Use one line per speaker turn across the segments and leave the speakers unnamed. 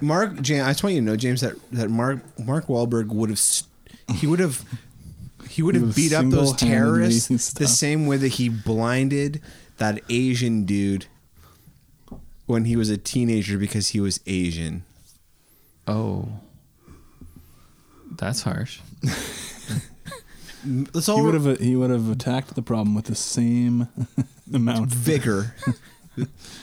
Mark, Jan, I just want you to know, James, that, that Mark Mark Wahlberg would have st- he would have he would have
would've
beat up those
single-handedly
terrorists the
stopped.
same way that he blinded that Asian dude when he was a teenager because he was Asian.
Oh, that's harsh.
Let's
He
all
would have he would have attacked the problem with the same amount.
vigor.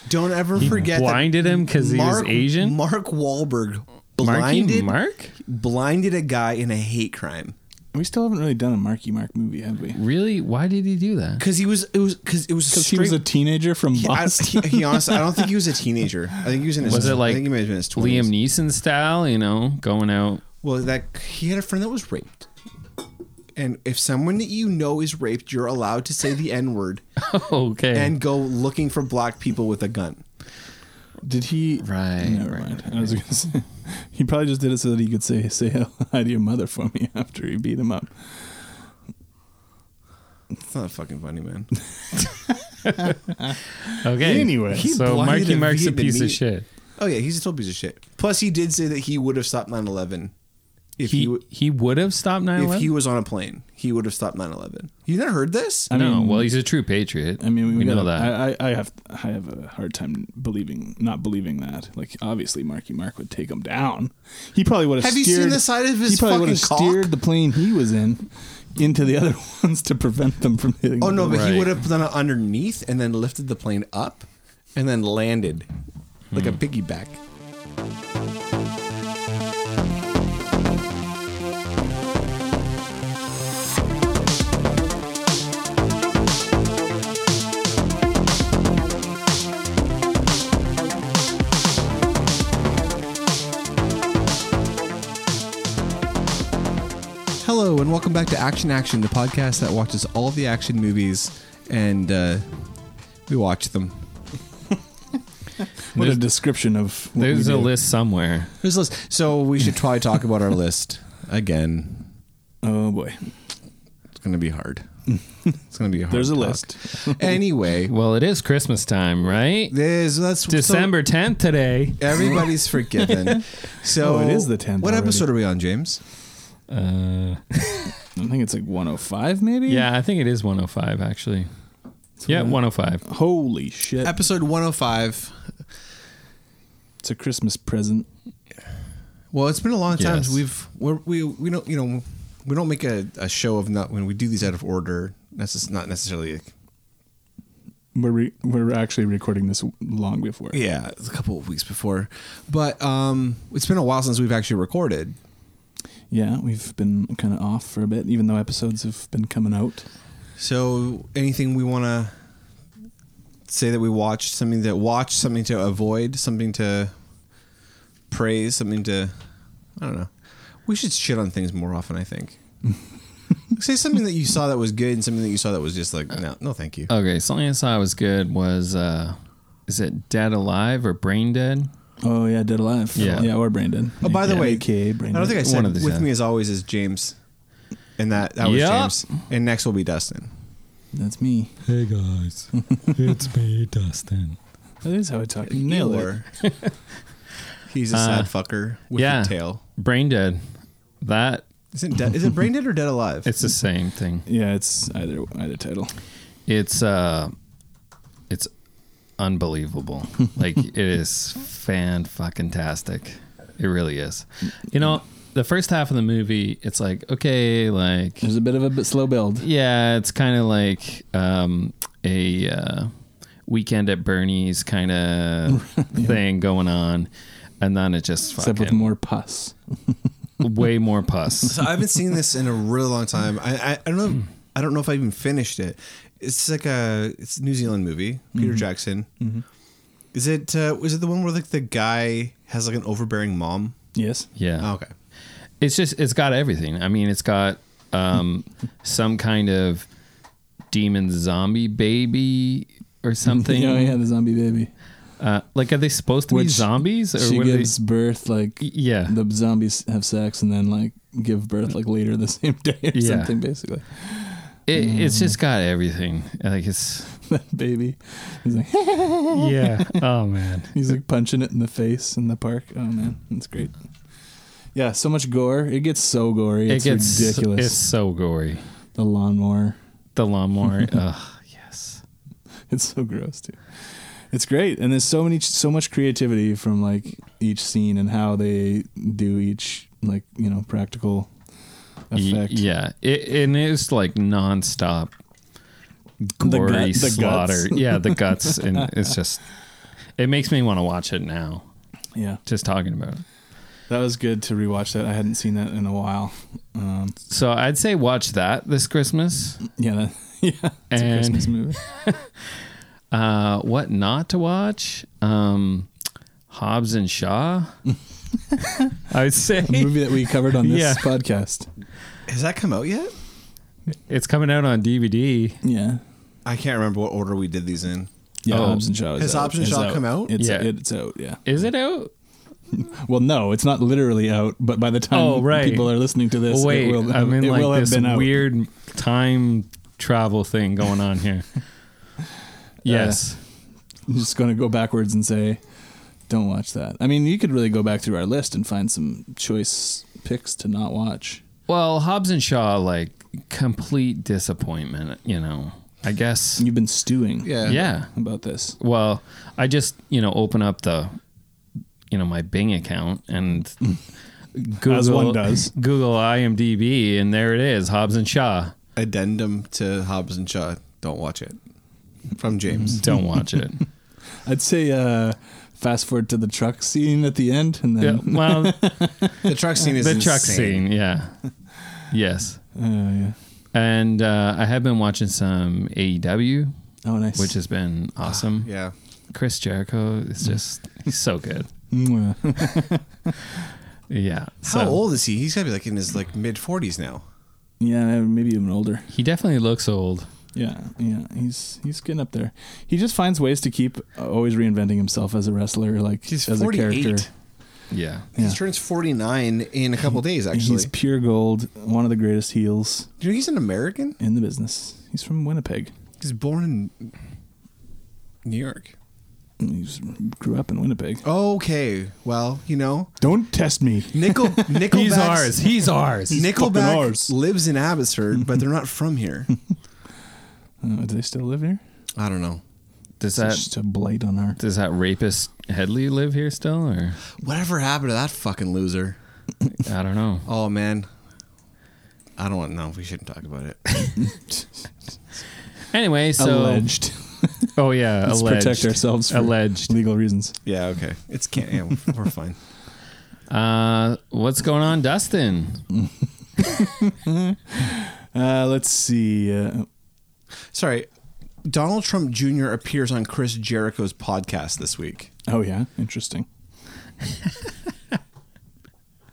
Don't ever forget that
blinded him 'cause he was
Mark-
Asian?
Mark Wahlberg
Marky
blinded
Mark?
blinded a guy in a hate crime
We still haven't really done a Marky Mark movie, have we?
Really? Why did he do that?
because he was it was because it was
Because
straight,
he was a teenager from
he, I,
Boston.
he, he honestly, I don't think he was a teenager. I think he was in his.
Was it
I
like
think he might have been in his 20s.
Liam Neeson style? You know, going out.
Well, that he had a friend that was raped, and if someone that you know is raped, you're allowed to say the N word
okay.
and go looking for black people with a gun.
Did he?
Right,
Never
right,
mind. I was gonna say he probably just did it so that he could say say hi to your mother for me after he beat him up.
It's not fucking funny, man.
okay.
Anyway. He
so
blinded
Marky
a
Mark's a piece of
Vietnamese-
shit.
Oh yeah, he's a total piece of shit. Plus, he did say that he would have stopped 9/11 if he,
He
w-
he would have stopped 9
if he
11?
was on a plane. He would have stopped 9/11. You never heard this?
I
No,
mean-
well, he's a true patriot.
I mean, we,
we
gotta,
know that.
I, I, I have I have a hard time believing not believing that. Like obviously, Marky Mark would take him down. He probably would have.
Have you seen
steered-
the side of his
He probably would have
fucking cock?
steered the plane he was in into the other ones to prevent them from hitting.
Oh
the
no, but he
Right.
would have done it underneath and then lifted the plane up and then landed like a
Hmm.
piggyback. Hello and welcome back to Action Action, the podcast that watches all the action movies and uh, we watch them.
What a
There's-
description of. what
There's
we
a
do.
list somewhere.
There's a list. So we should probably talk about our list again.
Oh boy,
It's gonna be hard. It's gonna be hard.
There's a
talk.
list.
anyway,
Well, it is Christmas time, right?
there's that's so
December 10th today.
everybody's forgiven. So
Oh, it is the 10th
What
already.
episode are we on, James?
Uh,
I think it's like 105 maybe.
yeah, I think it is 105 actually. yeah, 105.
Holy shit!
Episode 105.
It's a Christmas present.
Well, it's been a long time.
Yes.
since We've we're, we we don't you know we don't make a, a show of not when we do these out of order. That's just not necessarily.
We're re- we're actually recording this long before.
yeah, it's a couple of weeks before, but um, it's been a while since we've actually recorded.
Yeah, we've been kind of off for a bit, even though episodes have been coming out.
So, anything we want to say that we watched, something that watched, something to avoid, something to praise, something to I don't know. We should shit on things more often, I think. Say something that you saw that was good and something that you saw that was just like no, no, thank you.
Okay, something I saw was good was uh is it Dead Alive or Brain Dead?
Oh yeah, Dead Alive.
Yeah.
yeah, or Brandon.
Oh, by the
Yeah.
way,
aka
I
Brandon.
don't think I said
One of the-
with
yeah.
me as always is James, and that that was
Yup.
James, and next will be Dustin.
that's me.
Hey guys, it's me, Dustin.
That is how I talk. You nailed it.
Or- He's a sad fucker with
Uh, yeah.
a tail.
Brain Dead. That
Isn't dead, is it brain dead or dead alive?
it's the same thing.
Yeah, it's either either title.
It's uh it's unbelievable. like it is fan fucking tastic. It really is. You know, the first half of the movie, it's like, okay, like
There's a bit of a bit slow build.
Yeah, it's kind of like um, a uh, weekend at Bernie's kind of thing going on, and then it just
Except with
fucking-
more pus.
way more pus.
So I haven't seen this in a really long time. I, I, I don't know. I don't know if I even finished it. It's like a it's a New Zealand movie. Peter Jackson. Is it uh, was it the one where like the guy has like an overbearing mom?
Yes.
Yeah,
Oh, okay.
it's just it's got everything. I mean, it's got um, some kind of demon zombie baby or something.
Oh yeah, the zombie baby.
uh, like, are they supposed to be
Which
zombies or
she
what? Are they?
gives birth like
Yeah,
the zombies have sex and then like give birth like later the same day or
Yeah.
something. Basically,
it, it's just got everything. Like it's
that baby. He's like,
yeah. Oh man.
He's like punching it in the face in the park. Oh man, that's great. Yeah, so much gore. It gets so gory. It's
it gets
ridiculous.
It's so gory.
the lawnmower.
The lawnmower. Ugh. Yes.
It's so gross too. It's great, and there's so many, so much creativity from like each scene and how they do each like you know practical
Y-
effect.
yeah. It, and it's like nonstop gory
gut- the guts.
slaughter. Yeah, the guts, and it's just. It makes me want to watch it now.
yeah,
Just talking about it.
that was good to rewatch that. I hadn't seen that in a while. Um,
So I'd say watch that this Christmas.
yeah, that, yeah, it's a
And-
Christmas movie.
Uh, what not to watch? Um, Hobbs and Shaw. I'd say
A movie that we covered on this
Yeah.
podcast.
Has that come out yet?
it's coming out on DVD.
Yeah,
I can't remember what order we did these in.
Yeah,
Oh.
Hobbs and Shaw. Is
Has
out.
Hobbs and
Is
Shaw come out?
It's
Yeah.
it's out. Yeah.
Is it out?
Well, no, it's not literally out, but by the time
Oh, right.
people are listening to this,
Wait,
it will,
I'm in
it will
like
have
this
been out.
weird time travel thing going on here.
Uh,
yes.
I'm just going to go backwards and say, don't watch that. I mean, you could really go back through our list and find some choice picks to not watch.
well, Hobbs and Shaw, like complete disappointment. You know, I guess.
You've been stewing
Yeah.
Yeah.
about this.
Well, I just you know open up the, you know my Bing account and Google
As one does.
Google IMDb and there it is Hobbs and Shaw.
Addendum to Hobbs and Shaw. Don't watch it. From James.
Don't watch it.
I'd say uh, fast forward to the truck scene at the end, and
yeah,
then
well, the
The truck scene is
Mm-hmm. truck
insane.
scene. Yeah. Yes.
Uh, yeah.
And uh, I have been watching some AEW,
Oh, nice.
which has been awesome.
Yeah.
Chris Jericho is just he's so good.
Mwah.
Yeah. So
How old is he? He's gotta be like in his like mid forties now.
yeah, maybe even older.
He definitely looks old.
Yeah, yeah, he's he's getting up there. He just finds ways to keep uh, always reinventing himself as a wrestler, like
He's
as a
48.
character.
Yeah.
He
Yeah.
turns forty nine in a couple days. Actually,
He's pure gold, one of the greatest heels
Do you know he's an American.
in the business. He's from Winnipeg.
He's born in New York.
He grew up in Winnipeg.
Okay, well, you know,
Don't test me.
Nickel Nickelback.
He's ours. He's ours.
fucking
Nickelback
ours.
lives in Abbotsford, but they're not from here.
Uh, do they still live here?
I don't know.
Does
It's
that
just a blight on our.
does that rapist Headley live here still or
Whatever happened to that fucking loser?
I don't know.
Oh man, I don't want. No, we shouldn't talk about it.
Anyway, so
alleged.
oh yeah,
Let's
alleged.
protect ourselves for
alleged.
legal reasons.
Yeah, okay. It's can't. Yeah, we're fine.
Uh, what's going on, Dustin?
Uh, let's see. Uh,
Sorry. Donald Trump Jr. appears on Chris Jericho's podcast this week.
oh yeah, interesting.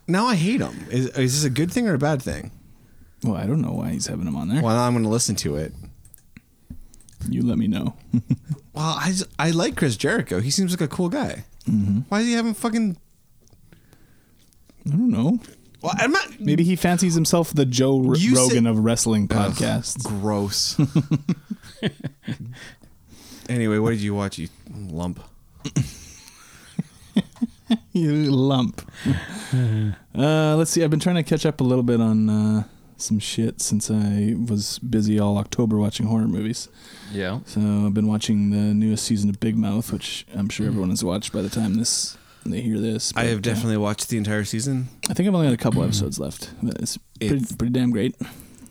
Now I hate him. Is, is this a good thing or a bad thing?
Well, I don't know why he's having him on there.
Well, now I'm going to listen to it.
You let me know.
Well, I, just- I like Chris Jericho. He seems like a cool guy. Why is he having fucking?
I don't know.
Well, I'm not.
Maybe he fancies himself the Joe R-
You
Rogan
said-
of wrestling podcasts.
Gross. anyway, what did you watch? You lump.
you lump. uh, let's see. I've been trying to catch up a little bit on uh, some shit since I was busy all October watching horror movies.
Yeah.
So I've been watching the newest season of Big Mouth, which I'm sure everyone has watched by the time this they hear this.
I
but,
have
uh,
definitely watched the entire season.
I think I've only got a couple episodes left. But it's pretty,
It's-
pretty damn great.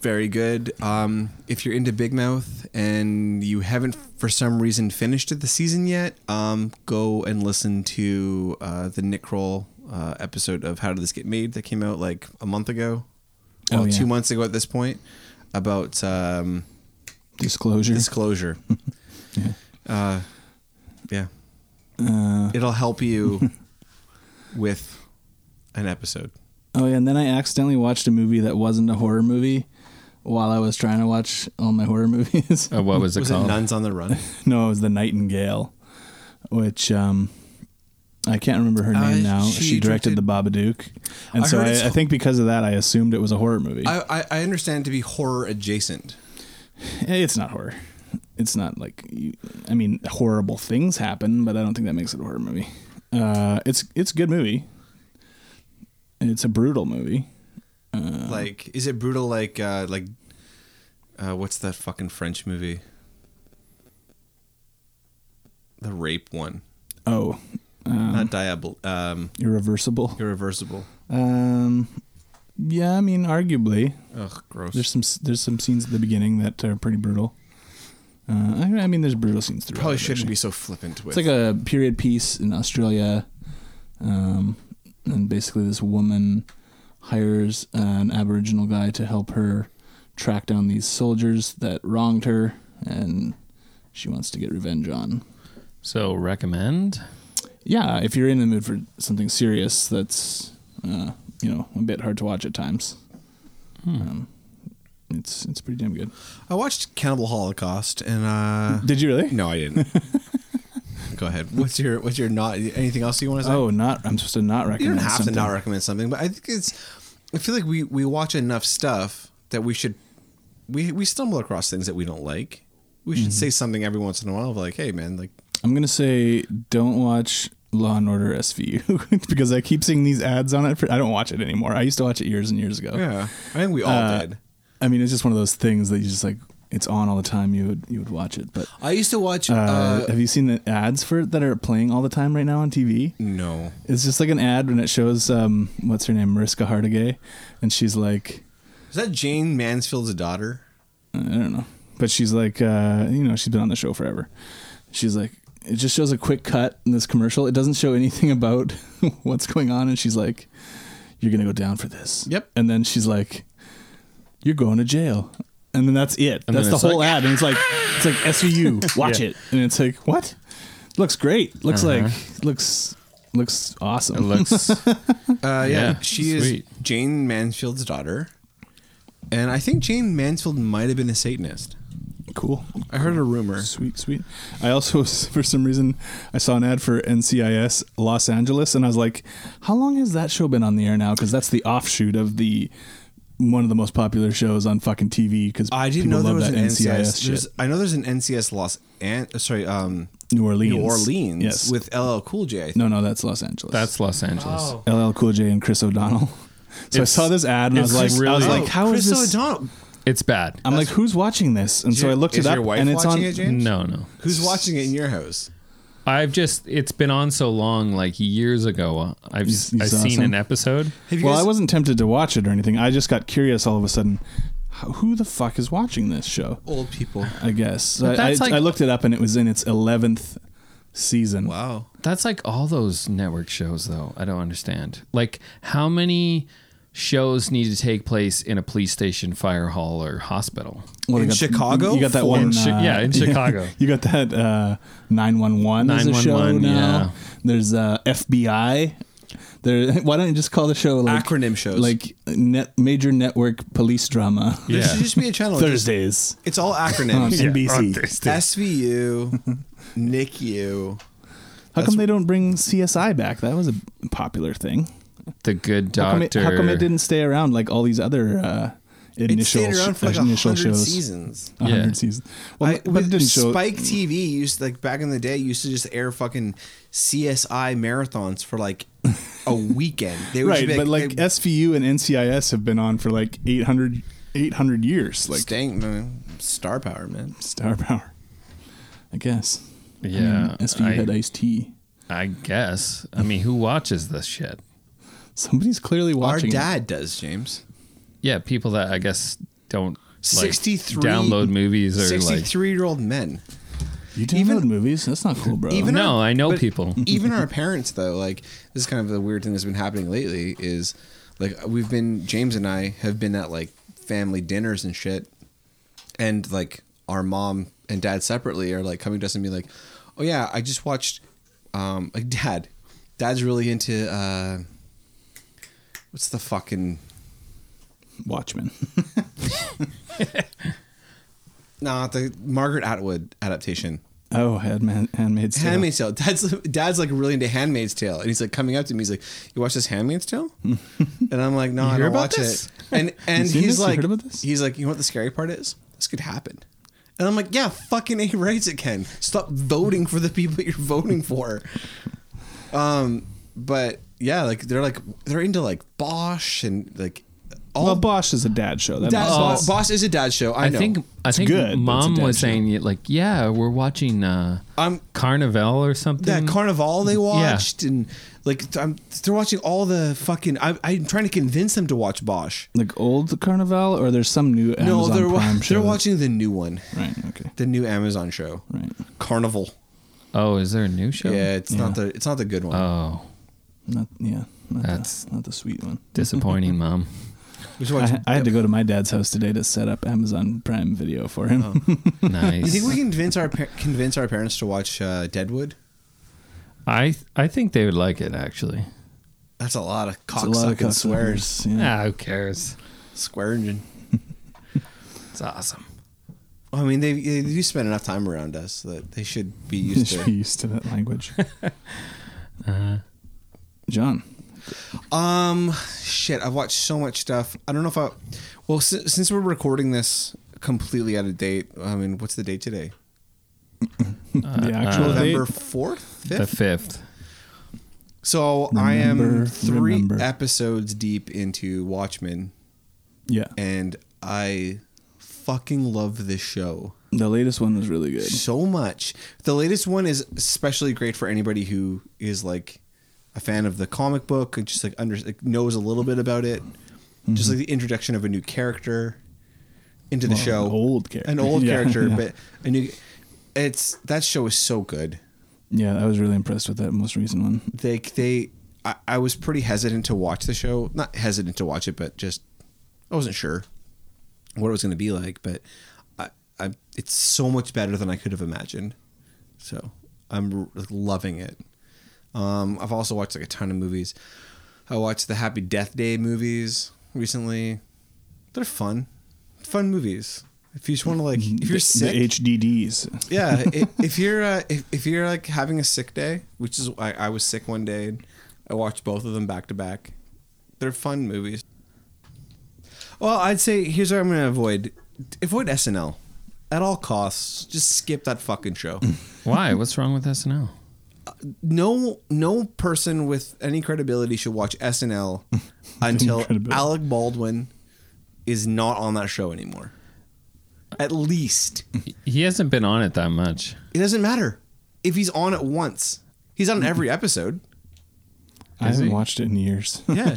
Very good. Um, if you're into Big Mouth and you haven't, for some reason, finished it the season yet, um, go and listen to uh, the Nick Kroll uh, episode of How Did This Get Made that came out like a month ago,
Oh,
well,
yeah.
two months ago at this point, about um,
Disclosure.
disclosure.
Yeah.
Uh, yeah,
uh,
it'll help you with an episode.
oh yeah, and then I accidentally watched a movie that wasn't a horror movie while I was trying to watch all my horror movies.
Uh, what was it
Was it
called?
Nuns on the Run?
No, it was the Nightingale, which um, I can't remember her
Uh,
name now.
she
She, directed, The
directed-
Babadook, and
I
so
heard
I,
it's-
I think because of that, I assumed it was a horror movie.
I, I I understand it to be horror adjacent.
Eh, it's not horror. it's not like you, I mean horrible things happen, but I don't think that makes it a horror movie. Uh, it's it's a good movie. It's a brutal movie. Mm-hmm.
like, is it brutal? Like, uh, like, uh, what's that fucking French movie? The rape one,
Oh,
not diabol, um,
irreversible.
irreversible.
Um, yeah, I mean arguably
Ugh, gross.
there's some there's some scenes at the beginning that are pretty brutal. Uh, I, I mean there's brutal scenes throughout.
Probably
it,
shouldn't
actually.
be so flippant with.
It's like a period piece in Australia, um, and basically this woman hires an Aboriginal guy to help her track down these soldiers that wronged her, and she wants to get revenge on.
So recommend.
Yeah, if you're in the mood for something serious, that's uh, you know a bit hard to watch at times. Um, it's it's pretty damn good.
I watched Cannibal Holocaust, and uh,
Did you really?
no, I didn't. Go ahead. What's your what's your not anything else you want to say?
Oh, not I'm supposed to not recommend.
you don't have
something.
to not recommend something, but I think it's. I feel like we we watch enough stuff that we should. We we stumble across things that we don't like. We should say something every once in a while, of like, "Hey, man, like
I'm gonna say don't watch Law and Order SVU because I keep seeing these ads on it. For, I don't watch it anymore. I used to watch it years and years ago.
Yeah, I think we all
Uh,
did.
I mean, it's just one of those things that you just like. It's on all the time. You would you would watch it, but
I used to watch.
uh, have you seen the ads for it that are playing all the time right now on TV?
no,
It's just like an ad when it shows um, what's her name, Mariska Hargitay, and she's like,
is that Jane Mansfield's daughter?
I don't know. But she's like, uh, you know, she's been on the show forever. She's like, it just shows a quick cut in this commercial. It doesn't show anything about what's going on. And she's like, you're going to go down for this.
Yep.
And then she's like, you're going to jail. And then that's it.
And
that's
then
the
it's "Ah!"
whole ad. And it's like, it's like SVU, watch
Yeah.
it. And it's like, what? Looks great. Looks
Uh-huh.
like, looks, looks awesome.
It looks.
Uh, yeah,
Yeah,
she
sweet.
is Jane Mansfield's daughter, and I think Jane Mansfield might have been a Satanist.
cool.
I heard a rumor.
Sweet, sweet. I also, for some reason, I saw an ad for NCIS Los Angeles, and I was like, "How long has that show been on the air now?" Because that's the offshoot of the one of the most popular shows on fucking TV. Because
I didn't know there was an NCIS. there's, I know there's an NCIS Los An- uh, sorry, um,
New Orleans.
New Orleans
Yes. With
with LL Cool J. I think.
no, no, that's Los Angeles.
that's Los Angeles.
LL Cool J and Chris O'Donnell. So I
It's-
saw this ad and I was
it's
like, I was
really-
like,
Oh,
how is
Chris
this?
O'Donnell.
It's bad.
I'm like, who's watching this? And so I looked
is
it up,
your wife
and it's
watching
on.
it, James?
No, no.
Who's watching it in your house?
I've just it's been on so long, like years ago. uh, I've
You- you
I've
saw
seen
some?
an episode.
Have you
well,
guys-
I wasn't tempted to watch it or anything. I just got curious all of a sudden. How- Who the fuck is watching this show?
Old people.
I guess. So
But
I, I,
that's like-
I looked it up and it was in its 11th season.
Wow.
That's like all those network shows, though. I don't understand. Like, how many shows need to take place in a police station, fire hall, or hospital?
Well, you
In
got-
Chicago?
You got that
For-
one.
In Chi-
uh,
yeah, in Chicago.
You got that uh, 911 is a show
911, yeah.
now. There's uh, FBI. There, why don't you just call the show like
Acronym shows.
Like net, major network police drama.
There
Yeah.
should just be a channel. Just-
Thursdays
It's all
on
acronyms.
NBC.
SVU, NICU.
How come they don't bring CSI back? That was a popular thing.
The Good
How come, it,
Doctor.
how come it didn't stay around like all these other uh,
It
initial,
stayed around for like
uh, initial
100
shows?
seasons.
A
Yeah.
hundred seasons. Well,
I,
but it didn't show.
Spike TV used like back in the day used to just air fucking CSI marathons for like a weekend. They would just
right,
be
but like
hey,
SVU and NCIS have been on for like 800, 800 years, like
staying man, star power, man.
star power. I guess. I mean,
Yeah,
SVU
I-
had Ice T.
I guess. I mean, who watches this shit?
Somebody's clearly watching.
Our
it.
dad does, James.
Yeah, people that I guess don't like,
63
download movies or like.
Sixty-three-year-old men.
You
Even-
download movies? That's not cool, bro.
Even
Oh. No,
our-
I know
but
people.
even our parents, though, like this is kind of the weird thing that's been happening lately is like we've been James and I have been at like family dinners and shit, and like our mom and dad separately are like coming to us and be like, "Oh yeah, I just watched." Um, like dad, dad's really into uh, what's the fucking
Watchmen.
nah the Margaret Atwood adaptation.
oh, Handman, Handmaid's Tale.
Handmaid's Tale. Dad's dad's like really into Handmaid's Tale, and he's like coming up to me. He's like, "You watch this Handmaid's Tale?" and I'm like, "No, I
hear
don't
about
watch
this?
it." And and
seen
he's
this? You
like,
heard about this?
"He's like, you know what the scary part is? This could happen." And I'm like, yeah, fucking A rights it can. Stop voting for the people you're voting for. Um, but yeah, like they're like they're into like Bosch and like all
well, Bosch is a dad show. That
Dad-
makes
Bo-
sense.
Bosch is a dad show. I,
I
know.
think I think
good, but it's a
mom
dad
was
show.
saying like, yeah, we're watching uh,
I'm
Carnival or something.
that Carnival they watched and like I'm they're watching all the fucking I, I'm trying to convince them to watch Bosch.
Like old Carnival, or there's some new Amazon
no, they're wa-
Prime show.
they're watching the new one,
Right. Okay.
the new Amazon show,
Right.
Carnival.
oh, is there a new show?
Yeah, it's not
Yeah.
the it's not the good one.
Oh,
Not yeah. Not
That's-
the, not the sweet one.
disappointing, mom.
We should watch-
I, I had to go to my dad's house today to set up Amazon Prime Video for him.
Oh, You
Nice.
think we can convince our par- convince our parents to watch uh, Deadwood?
I I think they would like it actually.
That's a lot of
It's a lot
cocksucking
of cocksuckers,
swears,
Yeah.
Ah, who cares?
swearing.
It's awesome.
I mean, they they do spend enough time around us that they should be
You
used to.
should
Uh-huh.
be used to that language. John,
Um, shit, I've watched so much stuff. I don't know if I. Well, si- since we're recording this completely out of date, I mean, what's the date today?
Uh, the actual date.
Uh, November fourth,
The
fifth.
fifth.
So I am
Remember,
three
remember.
episodes deep into Watchmen,
Yeah,
and I fucking love this show
the latest one was really good.
so much. The latest one is especially great for anybody who is like a fan of the comic book and just like under like, knows a little bit about it. Just like the introduction of a new character into the
Mm-hmm. Well,
show,
an old character.
an old
Yeah,
character,
yeah.
but a new. It's that show is so good.
Yeah, I was really impressed with that most recent one.
They they I, I was pretty hesitant to watch the show. Not hesitant to watch it, but just I wasn't sure what it was going to be like. But I, I it's so much better than I could have imagined. So I'm r- like, loving it. Um, I've also watched like a ton of movies. I watched the Happy Death Day movies recently. They're fun, fun movies. If you just want to like, if you're
the,
sick,
the HDDs.
yeah i- if you're uh, if, if you're like having a sick day which is I, I was sick one day and i watched both of them back to back they're fun movies well i'd say here's what i'm gonna avoid avoid snl at all costs just skip that fucking show
Why? What's wrong with SNL?
no no person with any credibility should watch snl until
Credibility.
alec baldwin is not on that show anymore at least
He hasn't been on it that much.
It doesn't matter if he's on it once. He's on every episode.
I
Is
haven't
he?
watched it in years.
Yeah.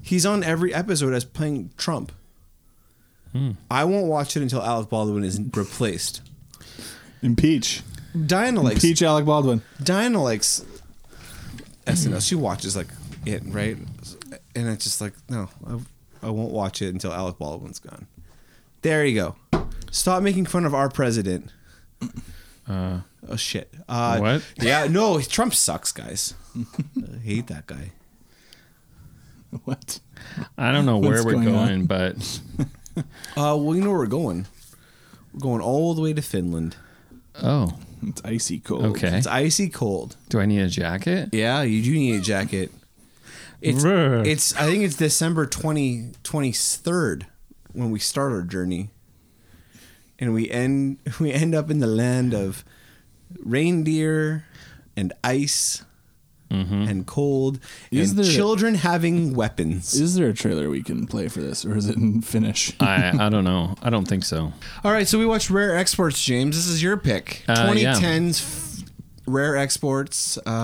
he's on every episode as playing Trump. I won't watch it until Alec Baldwin is replaced.
Impeach,
Diana likes
impeach Alec Baldwin.
Diana likes SNL. She watches like it, right? And it's just like, no, I, I won't watch it until Alec Baldwin's gone. There you go. Stop making fun of our president.
Uh,
Oh shit! Uh,
What?
Yeah, no, Trump sucks, guys. I hate that guy.
What?
I don't know where
What's
we're
going on?
going, but
Uh, well, you know where we're going. We're going all the way to Finland.
oh,
It's icy cold.
okay.
It's icy cold.
Do I need a jacket?
Yeah, you do need a jacket. It's
Brr.
it's. I think it's December 20, 23rd when we start our journey, and we end we end up in the land of reindeer and ice and cold
Mm-hmm. Is
and
there-
children having weapons.
Is there a trailer we can play for this, or is it in Finnish?
I I don't know. I don't think so.
All right, so we watched Rare Exports, James. This is your pick.
Uh, yeah.
2010's f- Rare Exports, um,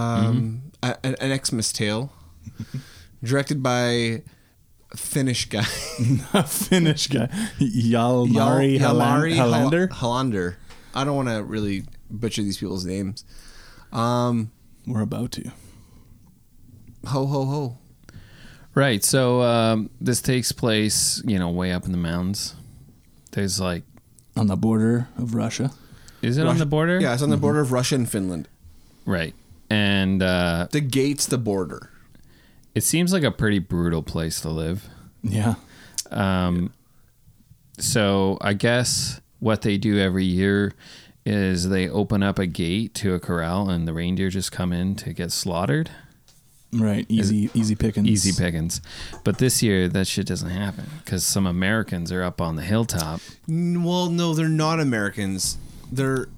a-
Mm-hmm.
a- an Xmas Tale, directed by Finnish guy
a Finnish guy,
Yal-
Jalmari Halland-
Jalmari Hal-
Hallander.
Hallander. I don't want to really butcher these people's names. Um,
We're about to.
ho ho ho.
Right. So um, this takes place, you know, way up in the mountains. There's like,
On the border of Russia.
is it on
Russia-
the border?
Yeah, it's on the border of Russia and Finland.
Right. And uh,
The gate's the border.
it seems like a pretty brutal place to live.
Yeah.
Um, So I guess what they do every year is they open up a gate to a corral and the reindeer just come in to get slaughtered.
Right. Easy easy pickings.
Easy pickings. But this year, that shit doesn't happen because some Americans are up on the hilltop.
N- Well, no, they're not Americans. They're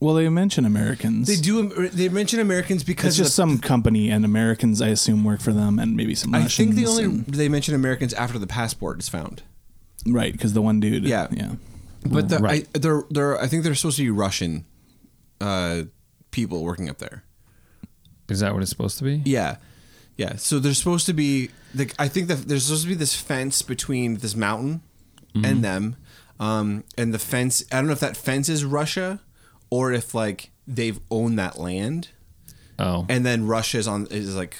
Well, they mention Americans.
they do they mention Americans because
It's just
the-
some company and Americans, I assume, work for them, and maybe some
I
Russians.
think they only
and-
they mention Americans after the passport is found.
right because the one dude.
Yeah.
yeah.
But the,
Right.
I, they're they're I think they're supposed to be Russian uh, people working up there.
Is that what it's supposed to be?
Yeah, yeah. So there's supposed to be like I think that there's supposed to be this fence between this mountain
Mm-hmm.
and them, um, and the fence. I don't know if that fence is Russia or if like they've owned that land,
Oh.
and then Russia's on is like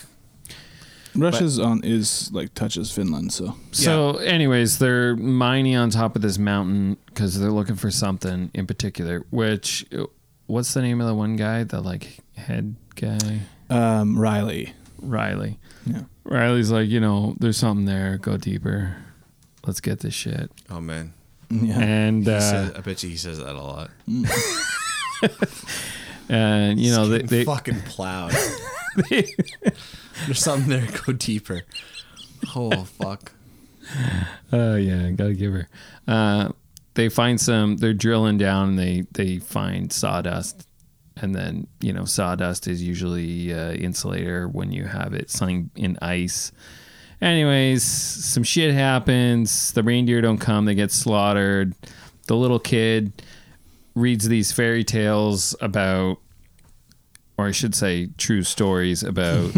Russia's on is like touches Finland, so
So, anyways, they're mining on top of this mountain because they're looking for something in particular. Which, what's the name of the one guy? The like head guy,
um, Riley.
Riley.
Yeah.
Riley's like, you know, there's something there. Go deeper. Let's get this shit.
oh man.
Yeah.
And
He
uh,
says, I bet you he says that a lot.
and you know they,
Getting
they
fucking plowed. There's something there. Go deeper. Oh fuck.
Oh yeah, gotta give her. Uh, they find some. They're drilling down. And they they find sawdust, and then you know sawdust is usually uh, insulator when you have it something in ice. Anyways, some shit happens. The reindeer don't come. They get slaughtered. The little kid reads these fairy tales about, or I should say, true stories about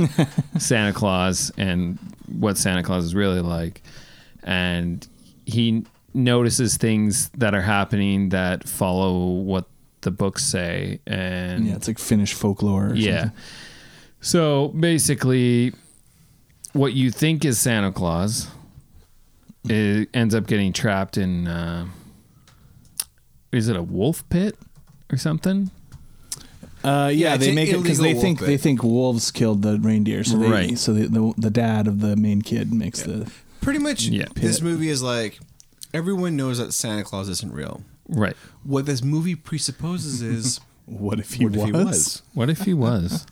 Santa Claus and what Santa Claus is really like. And he notices things that are happening that follow what the books say. And
Yeah, it's like Finnish folklore. Or
yeah. So basically, what you think is Santa Claus it ends up getting trapped in. Uh, is it a wolf pit or something?
something. Uh, yeah,
Yeah,
they
it's
make it because they
illegal
think
wolf
they
bait.
think wolves killed the reindeer. So they,
Right.
So the, the the dad of the main kid makes the
Pretty much,
Yeah.
this
Pit.
movie is like everyone knows that Santa Claus isn't real.
Right.
What this movie presupposes is
what if he,
what if
was?
he was?
What if he was?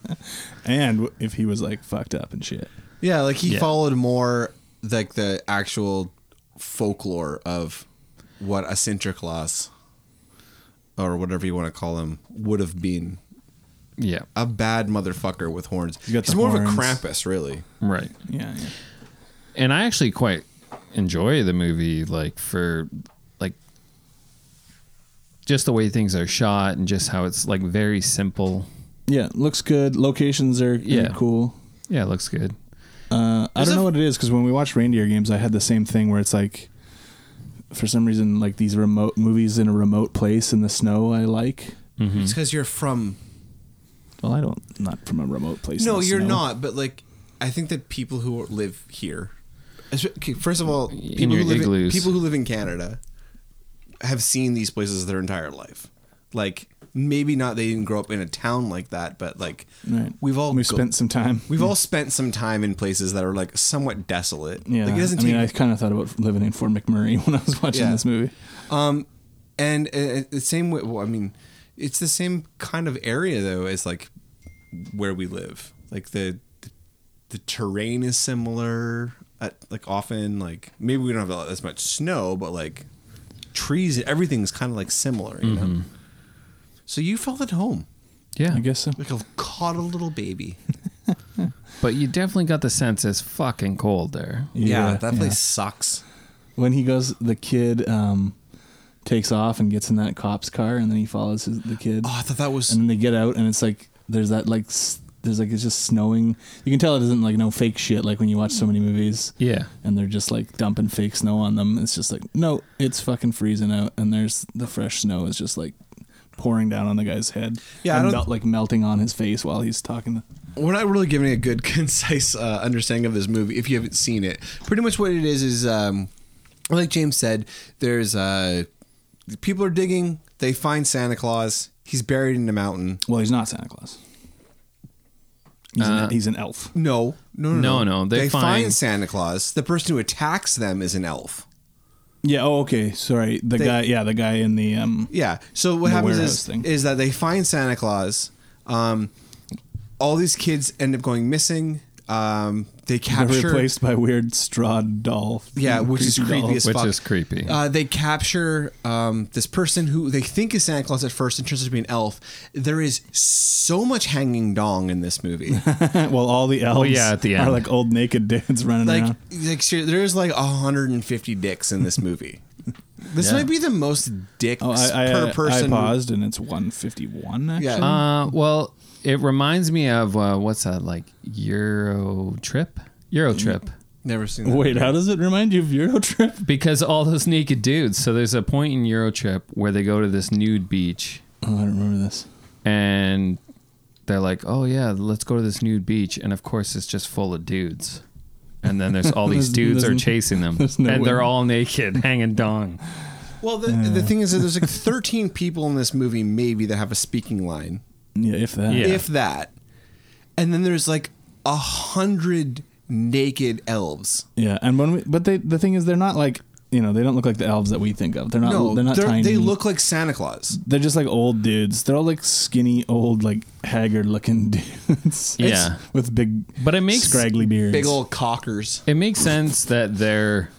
and w- if he was like fucked up and shit.
Yeah, like he
Yeah.
followed more like the actual folklore of what a Santa Claus or whatever you want to call him would have been.
yeah.
A bad motherfucker with horns. He's,
got the
more of
horns.
a Krampus, really.
Right.
Yeah, yeah.
and I actually quite enjoy the movie, like for like just the way things are shot and just how it's like very simple.
Yeah, looks good. Locations are yeah.
Yeah.
cool.
Yeah, it looks good.
Uh, I
There's
don't
a-
know what it is because when we watched reindeer games, I had the same thing where it's like, for some reason, like these remote movies in a remote place in the snow. I like.
It's because you're from
Well, I don't. Not from a remote place.
No,
in the
you're
snow.
not. But like, I think that people who live here, okay, first of all,
In
people who,
your
live in,
igloos.
people who live in Canada have seen these places their entire life. Like, maybe not they didn't grow up in a town like that, but like,
Right.
we've all
We've
go-
spent some time.
We've all spent some time in places that are like somewhat desolate.
Yeah,
like, it doesn't
I mean, I
take,
kind of thought about living in Fort McMurray when I was watching
Yeah.
this movie.
and uh, the same way. Well, I mean, it's the same kind of area though as like where we live. Like the the, the terrain is similar. At, like often, like maybe we don't have as much snow, but like trees, everything's kind of like similar. You know. So you felt at home,
Yeah,
I guess so.
like a coddled little baby.
but you definitely got the sense it's fucking cold there.
that place sucks.
When he goes, the kid um, takes off and gets in that cop's car, and then he follows his, the kid.
Oh, I thought that was
and then they get out and it's like there's that like s- there's like it's just snowing you can tell it isn't like no fake shit like when you watch so many movies
Yeah,
and they're just like dumping fake snow on them it's just like no it's fucking freezing out and there's the fresh snow is just like pouring down on the guy's head
Yeah, I
and
don't-
melt- like melting on his face while he's talking to
we're not really giving a good concise uh, understanding of this movie if you haven't seen it pretty much what it is is um, like james said there's uh, people are digging they find santa claus he's buried in a mountain
well he's not santa claus he's,
Uh,
an, he's an elf
no no no
No, no, they
they, find,
find-
santa claus the person who attacks them is an elf
yeah oh okay sorry the
They-
guy yeah the guy in the um
yeah so what
The
happens
warehouse
is
thing.
is that they find santa claus um, all these kids end up going missing Um, they
They're
capture
replaced by weird straw doll.
yeah, which is
creepy
creepy
doll.
as
Which
fuck.
is creepy.
Uh, they capture um, this person who they think is Santa Claus at first and turns out to be an elf. There is so much hanging dong in this movie.
well, all the
Oh,
elves
yeah, at the end.
are like old naked dudes running
like
around.
like ser- there's like 150 dicks in this movie. This
Yeah.
might be the most dicks
Oh, I, I,
per person.
I paused and it's 151 actually.
Yeah.
Uh, well, it reminds me of uh, what's that like Euro trip? Euro trip.
Never seen. That.
Wait, how does it remind you of Euro Trip?
Because all those naked dudes. So there's a point in Euro trip where they go to this nude beach
Oh, I don't remember this.
and they're like, "Oh yeah, let's go to this nude beach," and of course it's just full of dudes. And then there's all these
There's-
dudes are
there's-
chasing them,
there's no
and they're
women.
all naked, hanging dong.
Well, the, the thing is that there's like 13 people in this movie maybe that have a speaking line,
Yeah, if that.
Yeah.
if that, and then there's like a hundred naked elves.
Yeah, and when we, but they, the thing is, they're not like you know, they don't look like the elves that we think of. They're not.
No,
Uh, they're not
they're-
tiny.
they look like Santa Claus.
They're just like old dudes. They're all like skinny, old, like haggard-looking dudes.
Yeah.
with big,
But it makes
scraggly beards.
Big old cockers.
It makes sense that they're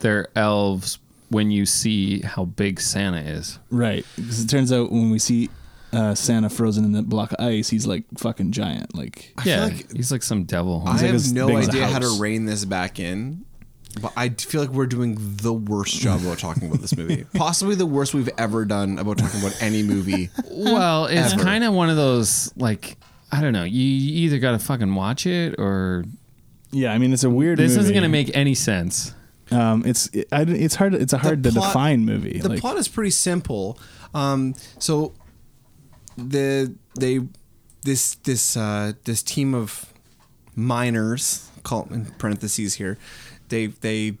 they're elves when you see how big Santa is.
Right, because it turns out when we see uh, Santa frozen in that block of ice, he's like fucking giant. Like
I feel
yeah,
like-
he's like some devil.
I
Huh?
like
have
as
no
big as a
idea how to
house.
rein this back in, but I d- feel like we're doing the worst job about talking about this movie. Possibly the worst we've ever done about talking about any movie.
well, it's
Ever.
kind of one of those like I don't know. You you either got to fucking watch it or
yeah, I mean it's a weird.
this isn't
movie.
gonna make any sense.
Um, it's it, I, it's hard. It's a hard to
plot-
define movie.
The
like,
plot is pretty simple. Um, so the they this this uh, this team of miners call in parentheses here. They they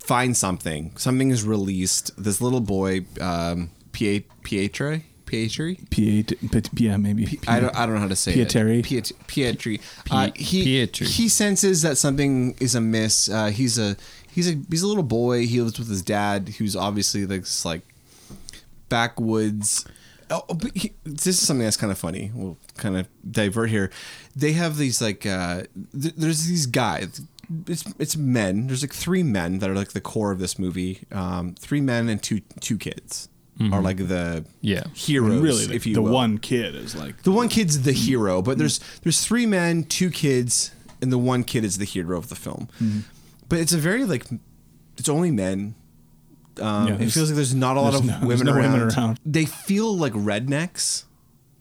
find something. Something is released. This little boy, um, Pie- Pietre, Pietri.
Piet, Piet, yeah, maybe.
I don't, I don't know how to say
Pietri.
it. Piet- Pietri. Uh, he,
Pietri.
He senses that something is amiss. Uh, he's a he's a he's a little boy. He lives with his dad, who's obviously this like backwoods. Oh, but he, this is something that's kind of funny. We'll kind of divert here. They have these like uh, th- there's these guys. It's it's men. There's like three men that are like the core of this movie. Um, three men and two two kids are like the
Yeah.
heroes.
Mm-hmm. really, the,
if you
the
will.
one kid is like
The one kid's the hero, but there's there's three men, two kids, and the one kid is the hero of the film.
Mm-hmm.
But it's a very like it's only men. Um,
Yeah,
it
there's-
feels like there's not a lot
there's
of
no- there's
women,
no
around.
women around.
They feel like rednecks,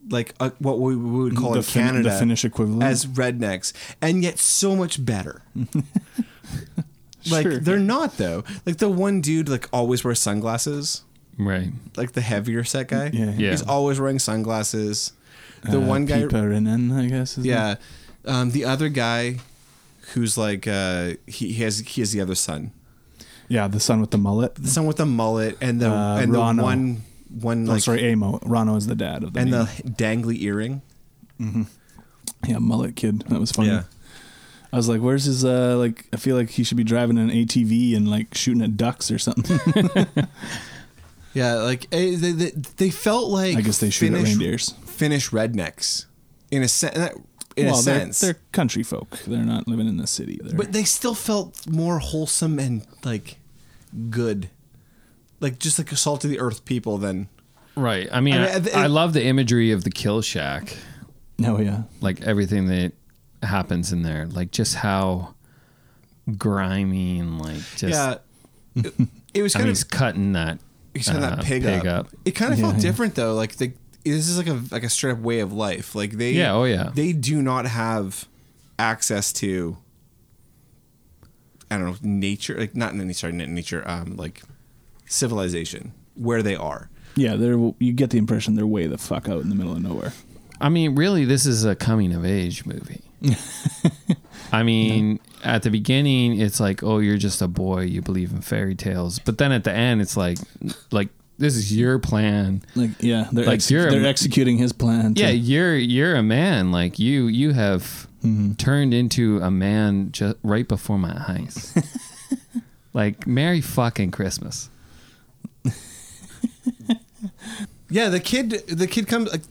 like uh, what we, we would call
The
in
Fin- the
Canada
Finnish equivalent.
as rednecks, and yet so much better. like
Mm, Sure.
they're not though. Like the one dude like always wears sunglasses
Right.
like the heavier set guy.
Yeah. Yeah.
He's always wearing sunglasses. The
uh,
one guy,
Pippa Rinen, I guess. is
yeah. Um, the other guy, who's like uh, he, he has he has the other son,
it? yeah, the son with the mullet.
the son with the mullet, and the
Uh,
and the
Rano.
one one
oh,
like
sorry, Amo. Rano is the dad of the
and the
main-
dangly earring.
yeah mullet kid. That was funny.
Yeah.
I was like, "Where's his uh like? I feel like he should be driving an ATV and like shooting at ducks or something."
Yeah, like eh, they, they, they felt like
I guess they shoot at
Finnish-
reindeers.
Finnish rednecks, in a sense. In
well,
a
they're,
sense,
they're country folk. They're not living in the city. They're,
but they still felt more wholesome and like good, like just like salt of the earth people than
Right. I mean,
I
I,
mean, I th-
I love the imagery of the kill shack,
no, Oh, yeah,
like everything that happens in there, like just how grimy and like just
yeah. It, it was
I
kind
mean,
of
he's cutting that
he's kind
uh,
that pig, up. It kind of
Yeah,
felt
yeah.
different though. Like they, this is like a like a straight up way of life. Like they
Yeah, oh, yeah.
they do not have access to I don't know nature like not any sorry not nature um like civilization where they are.
yeah. They're you get the impression they're way the fuck out in the middle of nowhere.
I mean, really, this is a coming of age movie. I mean, at the beginning, it's like, oh, you're just a boy, you believe in fairy tales, but then at the end, it's like, like this is your plan.
Like yeah, they're
Like,
ex-
you're a-
they're executing his plan. to-
Yeah, you're you're a man. Like you you have
Mm-hmm.
turned into a man just right before my eyes. like Merry fucking Christmas.
Yeah, the kid the kid comes like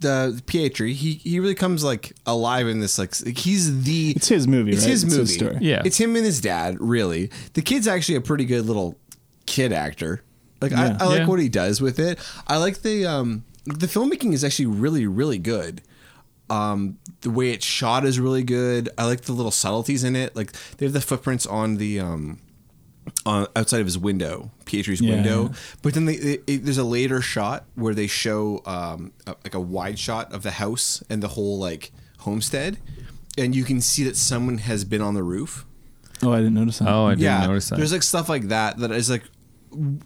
the Pietri, he he really comes like alive in this. Like he's the
It's his movie,
It's
right?
his
It's
movie.
his story.
Yeah.
it's him and his dad. Really, the kid's actually a pretty good little kid actor. Like
Yeah.
I, I like
Yeah.
what he does with it. I like the um the filmmaking is actually really really good. Um, the way it's shot is really good. I like the little subtleties in it. Like they have the footprints on the um on outside of his window, Pietri's
Yeah.
window. But then they, it, it, there's a later shot where they show um, a, like a wide shot of the house and the whole like homestead, and you can see that someone has been on the roof.
Oh, I didn't notice that.
Oh, I didn't
yeah,
notice that.
there's like stuff like that that is like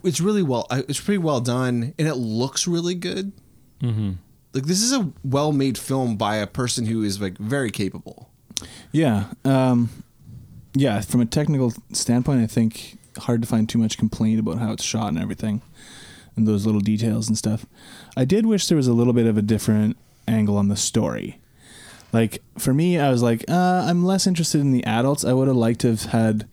it's really well, uh, it's pretty well done, and it looks really good. Mm-hmm. Like this is a well-made film by a person who is like very capable.
Yeah. Um, yeah. From a technical standpoint, I think hard to find too much complaint about how it's shot and everything and those little details and stuff. I did wish there was a little bit of a different angle on the story. Like, for me, I was like, uh, I'm less interested in the adults. I would have liked to have had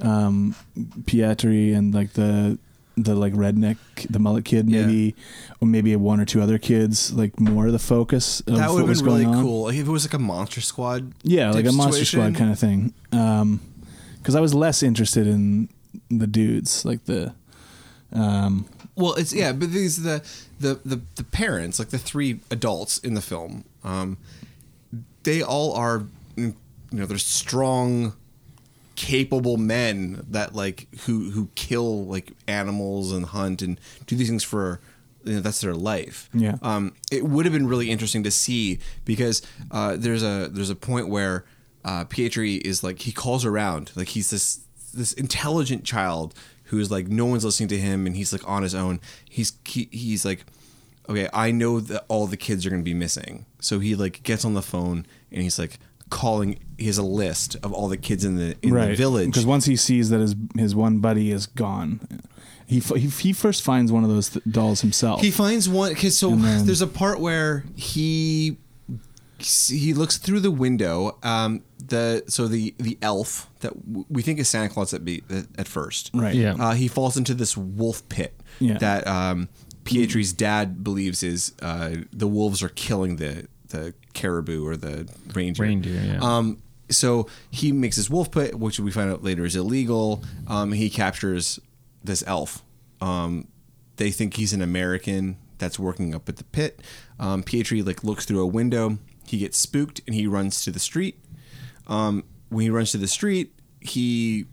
um, Pietri and like the. The like redneck, the mullet kid,
Yeah.
maybe, or maybe one or two other kids, like more of the focus of
that
what
would have
was
been really
going on.
cool. Like, if it was like a Monster Squad,
Yeah, like
type
a Monster
situation.
Squad kind of thing. Um 'cause because I was less interested in the dudes, like the, um,
Well, it's yeah, but these the the the, the parents, like the three adults in the film, um, they all are, you know, they're strong, capable men that like who who kill like animals and hunt and do these things for. You know, that's their life.
Yeah.
Um, it would have been really interesting to see because uh, there's a there's a point where uh, Pietri is like he calls around like he's this this intelligent child who is like no one's listening to him and he's like on his own. He's he, he's like okay, I know that all the kids are going to be missing. So he like gets on the phone and he's like calling. He has a list of all the kids in the in the village.
Because once he sees that his his one buddy is gone, he f- he, he first finds one of those th- dolls himself.
He finds one. Cause so
And then-
there's a part where he he looks through the window. Um, the so the the elf that w- we think is Santa Claus at be at- at first.
Right.
Yeah.
Uh, he falls into this wolf pit
Yeah.
that um, Pietri's dad believes is uh, the wolves are killing the the caribou or the reindeer.
Reindeer, yeah.
Um, so he makes this wolf pit, which we find out later is illegal. Um, he captures this elf. Um, they think he's an American that's working up at the pit. Um, Pietri like looks through a window. He gets spooked and he runs to the street. Um, when he runs to the street, he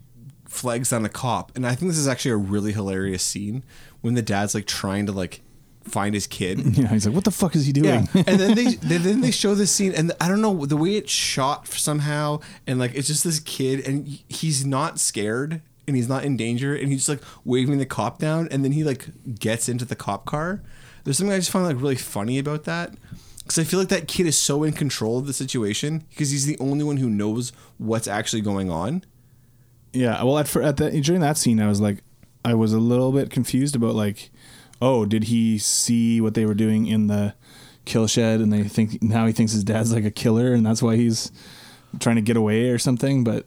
flags down a cop, and I think this is actually a really hilarious scene when the dad's like trying to like find his kid.
yeah, he's like, "What the fuck is he
Yeah,
doing?"
and then they then then they show this scene, and I don't know the way it's shot somehow, and like it's just this kid, and he's not scared, and he's not in danger, and he's just like waving the cop down, and then he like gets into the cop car. There's something I just find like really funny about that, because I feel like that kid is so in control of the situation because he's the only one who knows what's actually going on.
Yeah, well, at, fir- at the, during that scene, I was like, I was a little bit confused about like, oh, did he see what they were doing in the kill shed, and they think now he thinks his dad's like a killer, and that's why he's trying to get away or something, but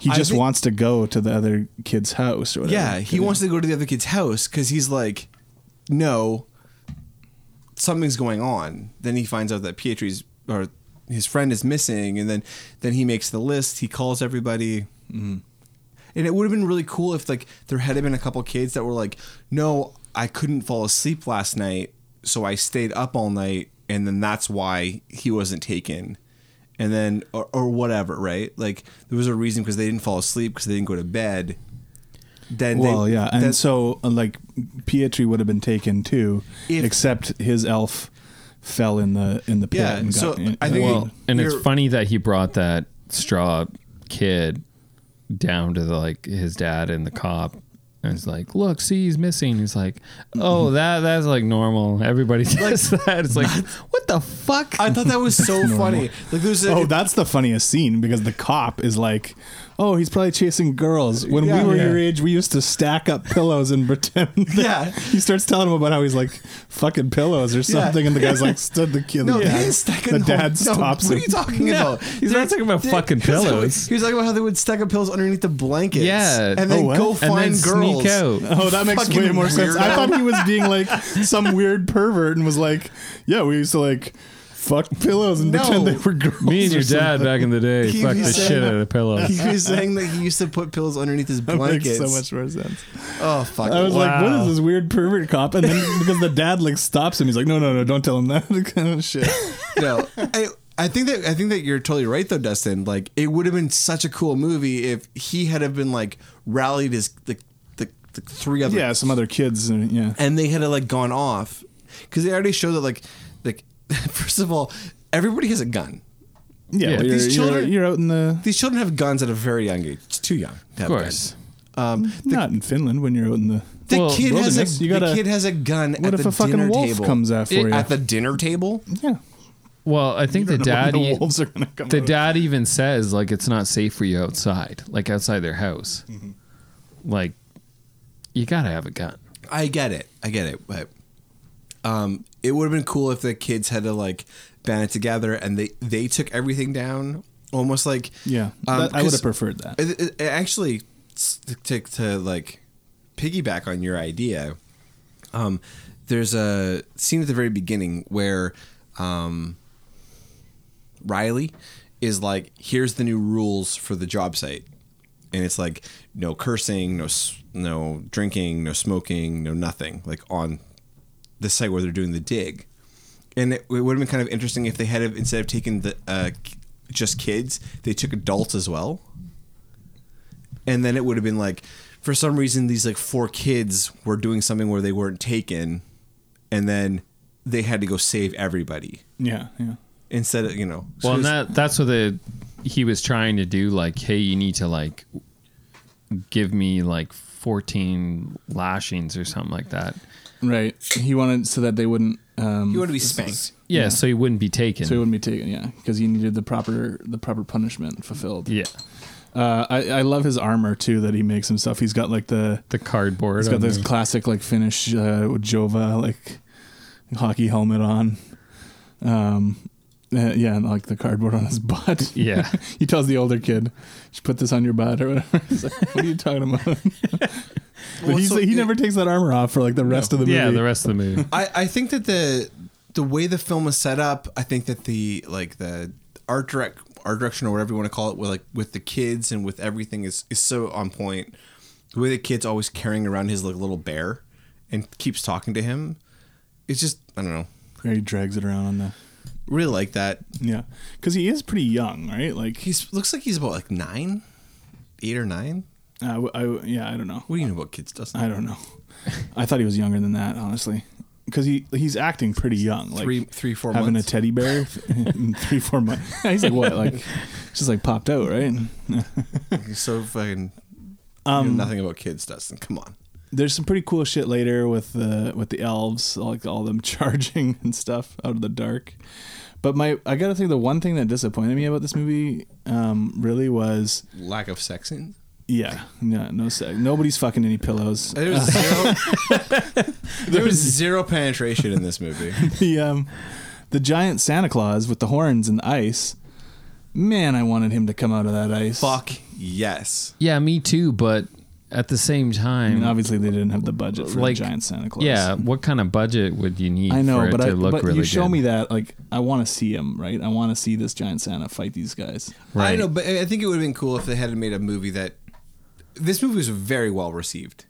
he
I
just
think-
wants to go to the other kid's house or whatever.
Yeah, he wants to go to the other kid's house because he's like, no, something's going on. Then he finds out that Pietri's or his friend is missing, and then then he makes the list. He calls everybody. And it would have been really cool if like there had been a couple kids that were like, no, I couldn't fall asleep last night, so I stayed up all night, and then that's why he wasn't taken. And then, or, or whatever, right? Like, there was a reason because they didn't fall asleep because they didn't go to bed. Then,
Well,
they,
yeah, and
then-
so uh, like Pietri would have been taken too,
If-
except his elf fell in the in the pit.
Yeah,
and
so
got, in-
I think-
well, and it's
you're-
funny that he brought that straw kid down to the, like his dad and the cop. And it's like, look, see, he's missing. He's like, oh, that that's like normal. Everybody does that. It's like, what the fuck?
I thought that was so funny. Like, there's a,
Oh, that's the funniest scene because the cop is like, "Oh, he's probably chasing girls." When
Yeah.
we were your
Yeah.
age, we used to stack up pillows and pretend. that-
Yeah.
he starts telling him about how he's like fucking pillows or something, and the guy's like, "Stood the kid."
No,
the
they
dad,
didn't stack a
the
no,
dad
no,
stops
What are
him.
you talking
No,
about?
he's not talking about fucking
he was-
pillows.
He was talking about how they would stack up pillows underneath the blankets.
Yeah.
and then
Oh, what?
go
And
find
and then
balls.
out.
Oh, that makes
Fucking
way more sense. I
weirdo.
thought he was being like some weird pervert and was like, "Yeah, we used to like fuck pillows and
No.
pretend they were girls."
Me and your
or
dad back in the day
He
fucked the
was saying-
shit out of pillows.
He was saying that he used to put pills underneath his
something. That
blankets.
makes so much more sense.
Oh fuck!
I was like, "What
Wow.
is this weird pervert cop?" And then because the dad like stops him, he's like, "No, no, no, don't tell him that kind of shit."
no, I, I think that I think that you're totally right though, Dustin. Like it would have been such a cool movie if he had have been like rallied his the the, the three other
yeah, some other kids. And, yeah,
and they had uh, like gone off because they already showed that like like first of all everybody has a gun.
yeah.
Yeah.
you're,
These
you're-
children-
you're out in the
These children have guns at a very young age. It's too young. To have
Of
guns.
course.
not in Finland when you're out in the.
The
Well,
kid has
wilderness,
a
you gotta-
the kid has a gun.
What
at
if
the
a fucking
dinner
wolf
table.
comes after
It-
you?
at the dinner table?
yeah,
Well, I think the
Don't know when
daddy
the wolves are gonna come.
the
out.
dad even says like it's not safe for you outside, like outside their house. Like you gotta have a gun.
I get it. I get it. But um, it would have been cool if the kids had to like band it together and they they took everything down, almost like
Yeah,
Um,
that- I would
'cause-
have preferred that.
It, it- it actually, s- to, to, to, like piggyback on your idea, um, there's a scene at the very beginning where um, Riley is like, "Here's the new rules for the job site," and it's like no cursing, no s- no drinking, no smoking, no nothing, like on the site where they're doing the dig. And it, it would have been kind of interesting if they had have, instead of taking the uh, k- just kids, they took adults as well and then it would have been like for some reason these like four kids were doing something where they weren't taken and then they had to go save everybody
yeah, yeah.
instead of you know so
Well, and
it's-
that that's what the he was trying to do. Like, hey, you need to like give me like fourteen lashings or something like that.
Right. He wanted so that they wouldn't. Um,
you want to be spanked
Yeah, so he wouldn't be taken.
so he wouldn't be taken. Yeah, because he needed the proper the proper punishment fulfilled.
yeah,
Uh, I I love his armor too that he makes himself. He's got like the
the cardboard.
he's got
on
this
the-
classic like Finnish uh, with Jova like hockey helmet on. Um, uh, yeah, and like the cardboard on his butt.
yeah,
he tells the older kid, "Just put this on your butt or whatever." He's like, "What are you talking about?" but
Well,
he's,
so
he
it-
never takes that armor off for like the rest of the movie.
yeah. The rest of the movie.
I, I think that the the way the film was set up i think that the like the art direct art direction or whatever you want to call it with like with the kids and with everything is is so on point the way the kid's always carrying around his like little bear and keeps talking to him it's just i don't know
Where he drags it around on the
really like that
yeah, because he is pretty young, right? Like
He looks like he's about like nine, eight or nine.
I w- I w- yeah, I don't know.
What do you know about kids, Dustin?
I don't know. I thought he was younger than that, honestly, because he he's acting pretty young, like
Three- three, four
having
months.
a teddy bear in three four months. Yeah, he's like what, like just like popped out, right?
He's so fucking. you
Um,
know nothing about kids, Dustin. Come on.
there's some pretty cool shit later with the with the elves, like all them charging and stuff out of the dark. But my I gotta think the one thing that disappointed me about this movie, um, really was
Lack of sex in.
yeah, no, no sex, nobody's fucking any pillows.
There was zero. there was zero penetration in this movie.
the um, the giant Santa Claus with the horns and the ice. Man, I wanted him to come out of that ice.
Fuck yes.
Yeah, me too. But at the same
I mean,
time,
obviously they didn't have the budget for
Like,
a giant Santa Claus.
yeah. What kind of budget would you need?
I know,
for
but
it
I
to look
but
really
you show
good?
me that like I want to see him, right? I want to see this giant Santa fight these guys.
I
Right.
know, but I think it would have been cool if they had made a movie that. This movie was very well received.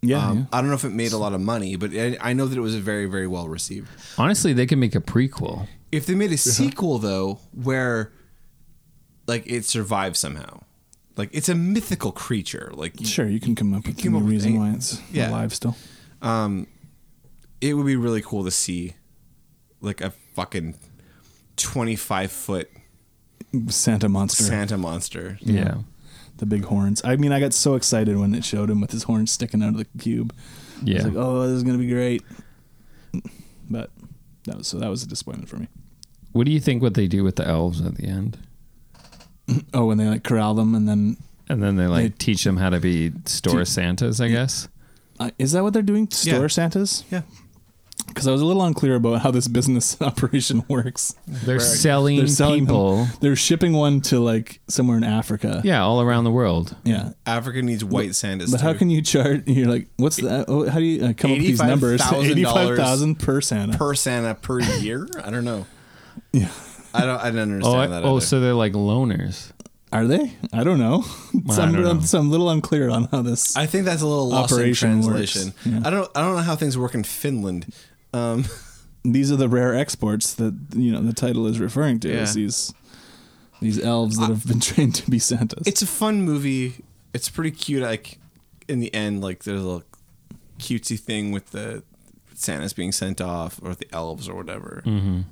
Yeah,
Um, I don't know if it made a lot of money, but I, I know that it was very, very well received.
Honestly, they could make a prequel.
If they made a sequel though, where like it survives somehow, like it's a mythical creature, like
sure, you can come up with
came
the
up with
reason
eight-
why it's
yeah.
alive still.
it would be really cool to see like a fucking 25 foot
Santa monster,
Santa monster.
Yeah.
the big horns. I mean, I got so excited when it showed him with his horns sticking out of the cube.
Yeah.
I was like, oh, this is gonna be great. But that was so that was a disappointment for me.
What do you think? What they do with the elves at the end?
Oh, when they like corral them and then
And then they like
They-
teach them how to be store
Do-
Santas, I guess.
uh, is that what they're doing? Store
Yeah.
Santas?
Yeah.
because I was a little unclear about how this business operation works.
They're selling,
They're selling them-
people.
They're shipping one to like somewhere in Africa.
Yeah, all around the world.
Yeah.
Africa needs white sandals.
But how
too.
can you chart? You're like, what's that? Oh, how do you uh, come up with these numbers?
$85,000
Eighty-five thousand per Santa.
per Santa per year? I don't know.
yeah.
I don't. I don't
Oh,
understand
I-
that.
oh,
either.
so they're like loners.
Are they? I don't know.
I
so I'm,
don't know.
I'm, so I'm a little unclear on how this.
I think that's a little lost
Operation
in
works.
translation.
Yeah.
I don't. I don't know how things work in Finland. Um,
these are the rare exports that you know the title is referring to. Is
Yeah.
these these elves that have been trained to be Santas.
it's a fun movie. It's pretty cute. Like in the end, like there's a little cutesy thing with the Santa's being sent off, or the elves, or whatever.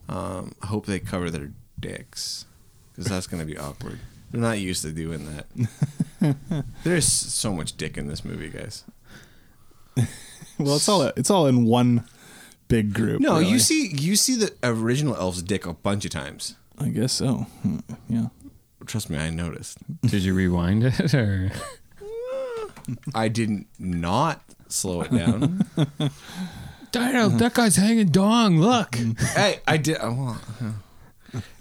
Um, I hope they cover their dicks because that's gonna be awkward. They're not used to doing that. there's so much dick in this movie, guys.
well, it's all it's all in one big group.
No,
really.
you see, you see the original elf's dick a bunch of times.
I guess so. Hmm, Yeah.
Trust me, I noticed.
Did you rewind it or?
I didn't not slow it down.
Dino, that guy's hanging dong. Look.
hey, I did. I want.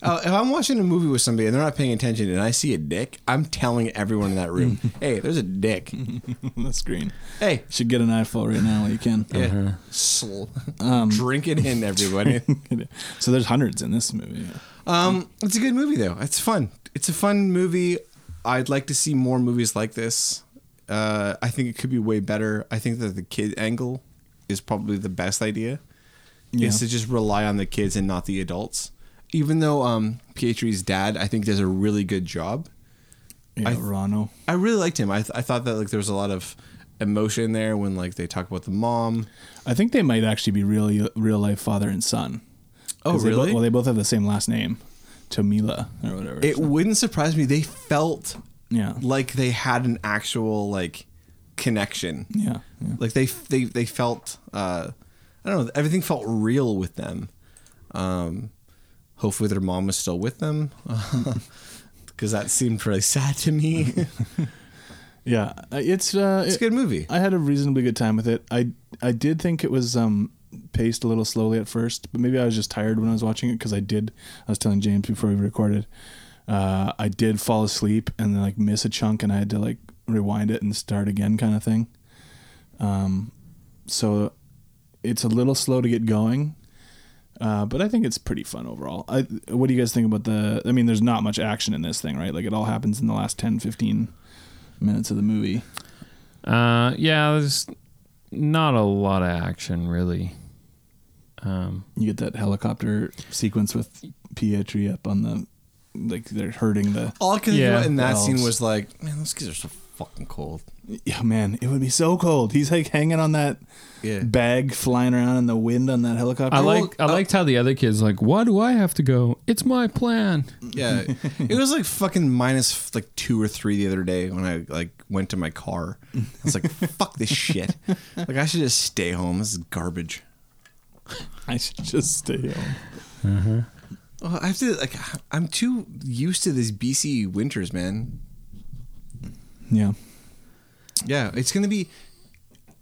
Uh, if I'm watching a movie with somebody and they're not paying attention and I see a dick, I'm telling everyone in that room, "Hey, there's a dick.
On the screen.
Hey,
You should get an eyeful right now while you can.
yeah. Sl- drink it in, everybody."
so there's hundreds in this movie.
Um, it's a good movie though. It's fun. It's a fun movie. I'd like to see more movies like this. Uh, I think it could be way better. I think that the kid angle is probably the best idea. Is to just rely on the kids and not the adults. Even though um, Pietri's dad, I think, does a really good job.
Yeah,
I-
Rano.
I really liked him. I, th- I thought that like there was a lot of emotion there when like they talk about the mom.
I think they might actually be really real life father and son.
Oh,
'Cause they
really?
bo- well, they both have the same last name, Tomila or whatever.
It wouldn't surprise me. They felt
yeah.
like they had an actual like connection.
yeah, yeah.
like they they they felt uh i don't know everything felt real with them um hopefully their mom was still with them because that seemed really sad to me
Yeah, uh, it's uh,
it's a
it-
good movie
I had a reasonably good time with it. I I did think it was um paced a little slowly at first, but maybe I was just tired when I was watching it because I did. I was telling James before we recorded, uh, I did fall asleep and then like miss a chunk, and I had to like rewind it and start again, kind of thing. Um, so it's a little slow to get going. Uh, but I think it's pretty fun overall. I, what do you guys think about the? I mean, there's not much action in this thing, right? Like it all happens in the last 10, 15 minutes of the movie.
Uh, yeah, there's not a lot of action really. Um,
You get that helicopter sequence with Pietri up on the like they're hurting the
all i could think
Yeah.
about in that
Elves.
scene was like man those kids are so fucking cold
yeah man it would be so cold he's like hanging on that
yeah
bag flying around in the wind on that helicopter
I like I
uh,
liked how the other kids like, why do I have to go? It's my plan.
yeah it was like fucking minus like two or three the other day when i like went to my car i was like fuck this shit like i should just stay home this is garbage
I should just stay home
Oh, I have to like I'm too used to these BC winters, man.
yeah
Yeah, it's gonna be.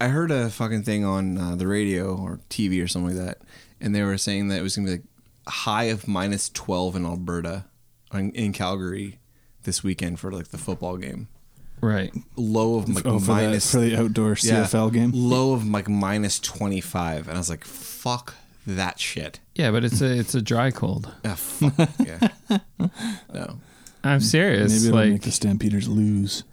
I heard a fucking thing on uh, the radio or TV or something like that, and they were saying that it was gonna be like a high of minus twelve in Alberta, in, in Calgary, this weekend for like the football game.
Right.
Low of like
oh for,
minus
the, for the outdoor
yeah,
CFL game
Low of like minus twenty five, and I was like, fuck that shit.
Yeah, but it's a it's a dry cold.
Ah, fuck, yeah. No. Mm.
I'm
maybe
serious.
it'll
like
make the Stampeders lose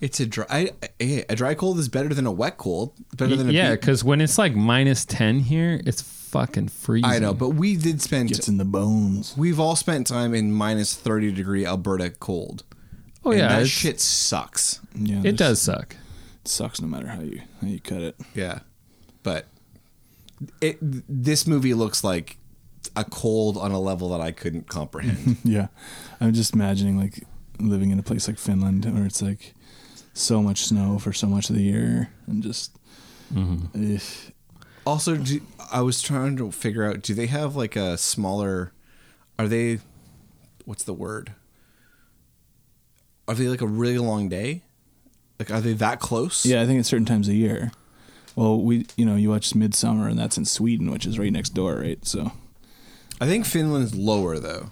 It's a dry. I, I- a dry cold is better than a wet cold. Better than a
yeah,
peak-
because when it's like minus ten here, it's fucking freezing.
I know, but we did spend.
gets in the bones
We've all spent time in minus thirty degree Alberta cold.
oh
And
yeah,
that
it's-
shit sucks.
yeah
it
there's-
does suck.
it sucks no matter how you how you cut it
Yeah, but it this movie looks like a cold on a level that I couldn't comprehend.
Yeah. I'm just imagining like living in a place like Finland where it's like so much snow for so much of the year and just
Mm-hmm.
Ugh.
also, do, I was trying to figure out: do they have like a smaller? Are they? What's the word? Are they like a really long day? Like, are they that close?
Yeah, I think at certain times of year. Well, we you know you watched Midsummer, and that's in Sweden, which is right next door, right? So
I think Finland's lower though.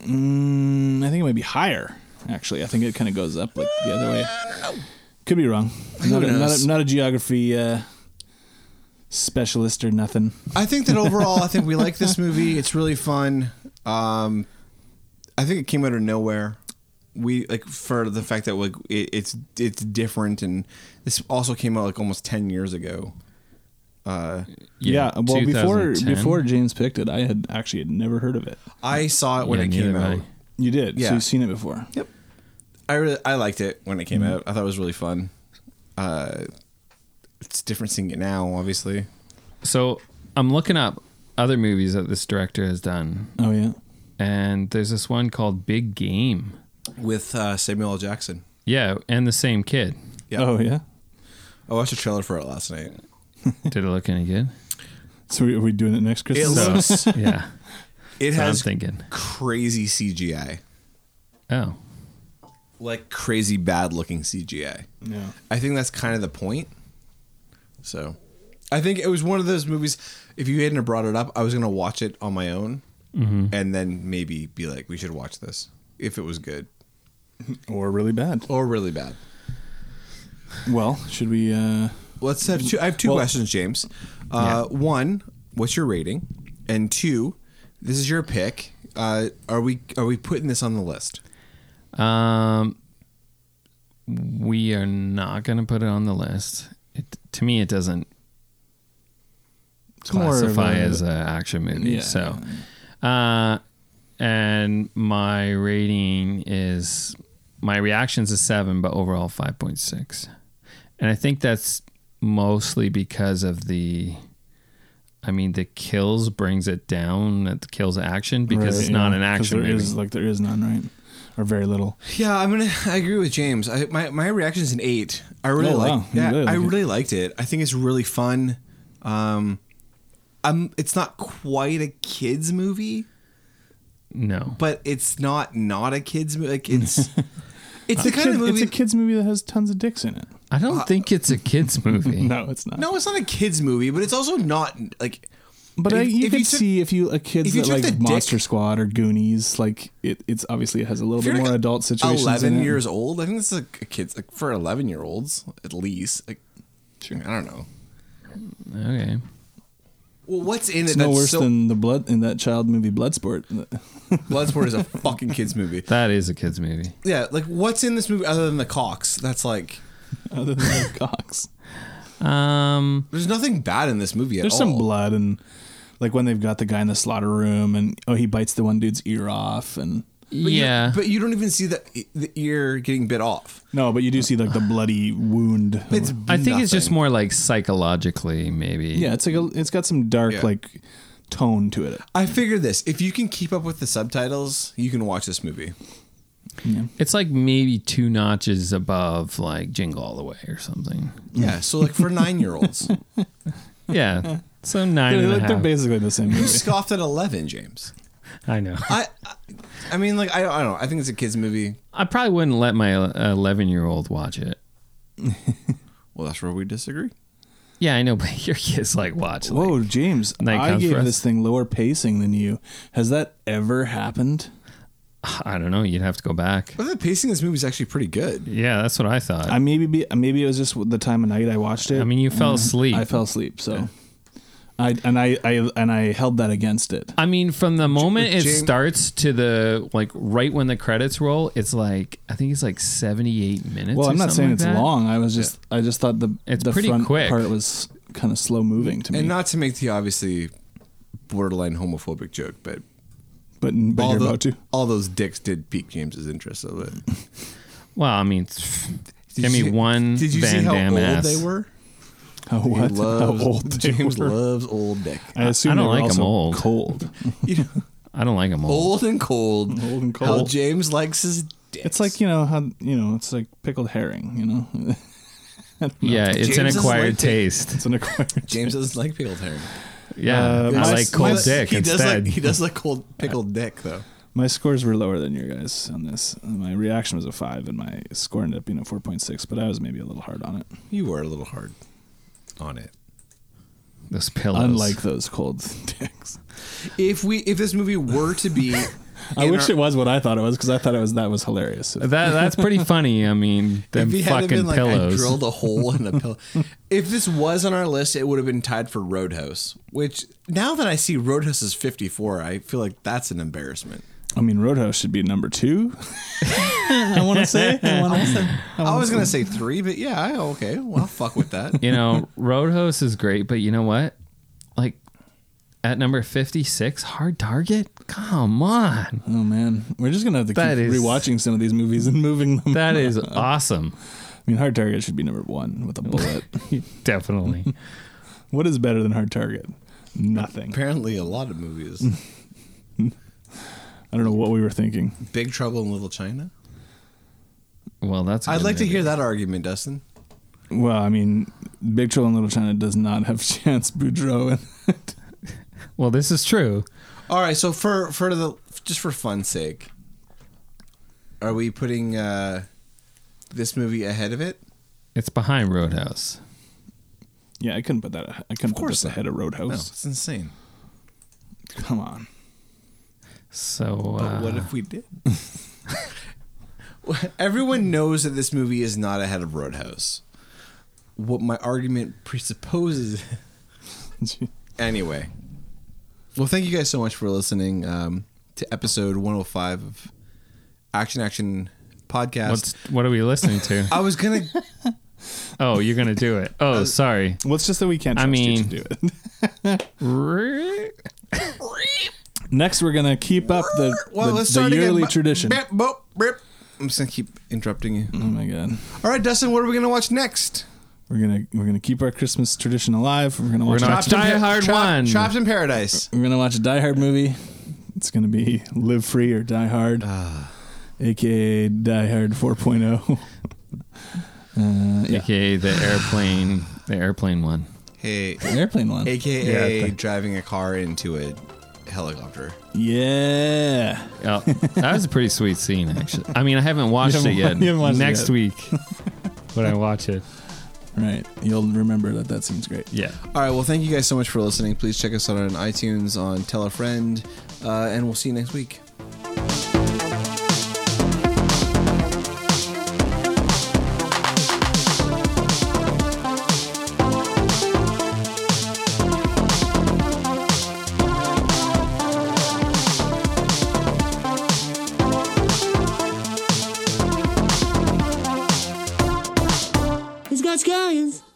mm, I think it might be higher. Actually, I think it kind of goes up like the other way. Could be wrong. I'm
Who
not, a, not,
knows?
a, not a geography uh, specialist or nothing.
I think that overall, I think we like this movie. It's really fun. Um, I think it came out of nowhere. We like for the fact that like it, it's it's different, and this also came out like almost ten years ago. Uh,
Yeah. well, before
2010.
before James picked it, I had actually had never heard of it.
I saw it when
Yeah,
it came
neither
out.
have I.
You did.
Yeah.
So you've seen it before.
Yep. I really I liked it when it came
Mm-hmm.
out. I thought it was really fun. Uh, it's different seeing it now, obviously.
So I'm looking up other movies that this director has done,
Oh yeah.
and there's this one called Big Game.
With uh, Samuel L. Jackson.
Yeah, and the same kid.
Yeah.
Oh yeah.
I watched a trailer for it last night.
Did it look any good?
So are we doing it next
It
Christmas?
looks.
Yeah,
It
so I'm
has
thinking.
crazy CGI,
Oh,
like crazy bad looking CGI.
yeah.
I think that's kind of the point. So, I think it was one of those movies. If you hadn't have brought it up, I was gonna watch it on my own,
Mm-hmm.
and then maybe be like, "We should watch this." If it was good
Or really bad.
or really bad.
Well, should we? uh
Let's have two. I have two
Well-
questions, James. Uh, One, what's your rating? And two, this is your pick. Uh, are we are we putting this on the list?
um, we are not gonna put it on the list. It, to me, it doesn't
it's more of
classify
a-
as an action movie.
Yeah.
So, uh, and my rating is my reaction's a seven, but overall five point six, and I think that's mostly because of the. I mean, the kills brings it down. It kills action because
Right,
it's not
yeah,
an
'cause
action
there
movie.
is- like there is none, right? Or very little.
Yeah, I'm gonna. I agree with James. I, my my reaction's an eight. I really
Oh,
like.
wow. You
Yeah,
really like
I
it.
really liked it. I think it's really fun. Um, um, it's not quite a kids movie,
no,
but it's not not a kids movie. Like it's, it's the
It's a
kind of
Uh, kid-
movie.
It's a kids movie that has tons of dicks in it.
I don't think it's a kids movie.
uh, No, it's not.
no, it's not a kids movie, but it's also not like.
but I,
if-
you
if
can
you took-
see if you a kids
if you
that
took
like
the dick-
Monster Squad or Goonies, like it, it's obviously it has a little
If you're
bit more
like
adult situations. in
Eleven
it.
years old. I think this is like a kids like for eleven year olds at least. Like, I don't know.
Okay.
Well, what's in it?
It's no
that's
worse
so,
than the blood in that child movie Bloodsport.
Bloodsport is a fucking kids movie.
That is a kids movie.
Yeah, like what's in this movie other than the cocks? That's like
Other than the cocks,
Um,
there's nothing bad in this movie at
there's
all.
some blood and like when they've got the guy in the slaughter room and oh he bites the one dude's ear off and
But you-
yeah.
but you don't even see the the ear getting bit off.
no, but you do see like the bloody wound.
It's
I think it's just
nothing.
more like psychologically, maybe.
yeah, it's like a, it's got some dark
Yeah.
like tone to it.
I figured this. If you can keep up with the subtitles, you can watch this movie.
It's like maybe two notches above like Jingle All the Way or something.
Mm.
Yeah. So like for nine year olds,
Yeah. So nine
They're,
and a
like, they're
half.
basically the same
you
movie.
scoffed at eleven, James.
I know.
I, I- I mean, like I, don't- I don't know. I think it's a kids movie.
I probably wouldn't let my 11 year old watch it.
Well, that's where we disagree.
Yeah, I know, but your kids like watch. Like,
Whoa, James!
Night
I
comes for
gave
us.
this thing lower pacing than you. Has that ever happened?
I don't know. You'd have to go back.
But the pacing of this movie is actually pretty good.
Yeah, that's what I thought.
I
i
maybe be, maybe it was just the time of night I watched it.
mean, you fell asleep.
I fell asleep, so I and I, I and I held that against it.
I mean, from the moment it
Jane-
starts to the like right when the credits roll, it's like I think it's like seventy-eight minutes.
Well,
or
I'm not
something
saying
like
it's
that.
long. I was just I just thought the
It's
the
pretty
front
quick.
part was kind of slow moving to me.
And not to make the obviously borderline homophobic joke, but
but but
all,
you're
the-
about to.
all those dicks did pique James's interest a little bit.
Well, I mean,
Did
give me
you see-
one
Did you
Van
see how
Damme
old
ass.
they were?
Oh, what?
He
How
loves,
old they
James
were.
loves old dick.
I assume
I don't
they were
like
also
'em old.
Cold.
You know,
I don't like them old.
Oh,
old and cold.
Old and
How
cold.
James likes his dick.
It's like you know how you know it's like pickled herring. You know,
Yeah, it's an
James is
acquired
like the-
taste.
it's an acquired.
James doesn't like pickled hair.
Yeah,
Um,
Uh,
I
my-
like cold
my-
dick
He does
instead.
like he does like cold pickled dick though.
My scores were lower than your guys on this. My reaction was a five, and my score ended up being a four point six. But I was maybe a little hard on it.
You were a little hard. on it.
Those pillows.
Unlike those cold dicks.
If we if this movie were to be
I
in
wish
our-
it was what I thought it was because I thought it was that was hilarious.
that, that's pretty funny. I mean, them
if he
fucking
hadn't been like I
pillows.
drilled a hole in the pillow. if this was on our list, it would have been tied for Roadhouse. Which now that I see Roadhouse is fifty four, I feel like that's an embarrassment.
I mean, Roadhouse should be number two. I want to say. I want to.
I was gonna say three, but yeah, I, okay. Well, I'll fuck with that.
you know, Roadhouse is great, but you know what? Like at number fifty-six, Hard Target. Come on,
Oh man, we're just gonna have to keep
That is-
rewatching some of these movies and moving them.
that is awesome.
I mean, Hard Target should be number one with a bullet.
Definitely.
what is better than Hard Target? Nothing.
Apparently, a lot of movies.
I don't know what we were thinking.
Big Trouble in Little China.
Well, that's. a
I'd
good
like to
movie.
hear that argument, Dustin.
Well, I mean, Big Trouble in Little China does not have Chance Boudreau in it.
Well, this is true.
All right, so for for the just for fun's sake, are we putting uh, this movie ahead of it?
It's behind Roadhouse.
Yeah, I couldn't put that. I couldn't put
course
this ahead of Roadhouse.
it's insane.
Come on.
So
But
uh,
what if we did? Everyone knows that this movie is not ahead of Roadhouse. What my argument presupposes. anyway. Well, thank you guys so much for listening um, to episode 105 of Action Action Podcast.
what's what are we listening to?
I was going to
Oh, you're gonna do it. Oh,
Uh,
sorry.
Well, it's just that we can't
I
trust you
mean-
to do it. Next, we're gonna keep up the,
Well,
the,
let's
the
start again.
yearly
Bop,
tradition.
bip, bop, bip. I'm just gonna keep interrupting you.
Oh my god,
All right, Dustin, what are we gonna watch next?
we're gonna we're gonna keep our Christmas tradition alive. We're gonna watch.
not-
Chopped in
Die
Pa-
Hard
Chop-
one.
Chopped in Paradise.
we're gonna watch a Die Hard movie. It's gonna be Live Free or Die Hard, aka Die Hard 4.0. uh, yeah,
AKA the airplane, the airplane one.
Hey,
the airplane one.
AKA
Yeah, the-
driving a car into a helicopter.
Yeah,
Oh, that was a pretty sweet scene, actually. I mean, I haven't watched
haven't
it
wa-
yet.
you haven't watched it
Next
yet.
week, when I watch it,
right. You'll remember that. That seems great.
yeah.
All right, well, thank you guys so much for listening. Please check us out on iTunes, on Tell a Friend, uh, and we'll see you next week.
He's got scallions.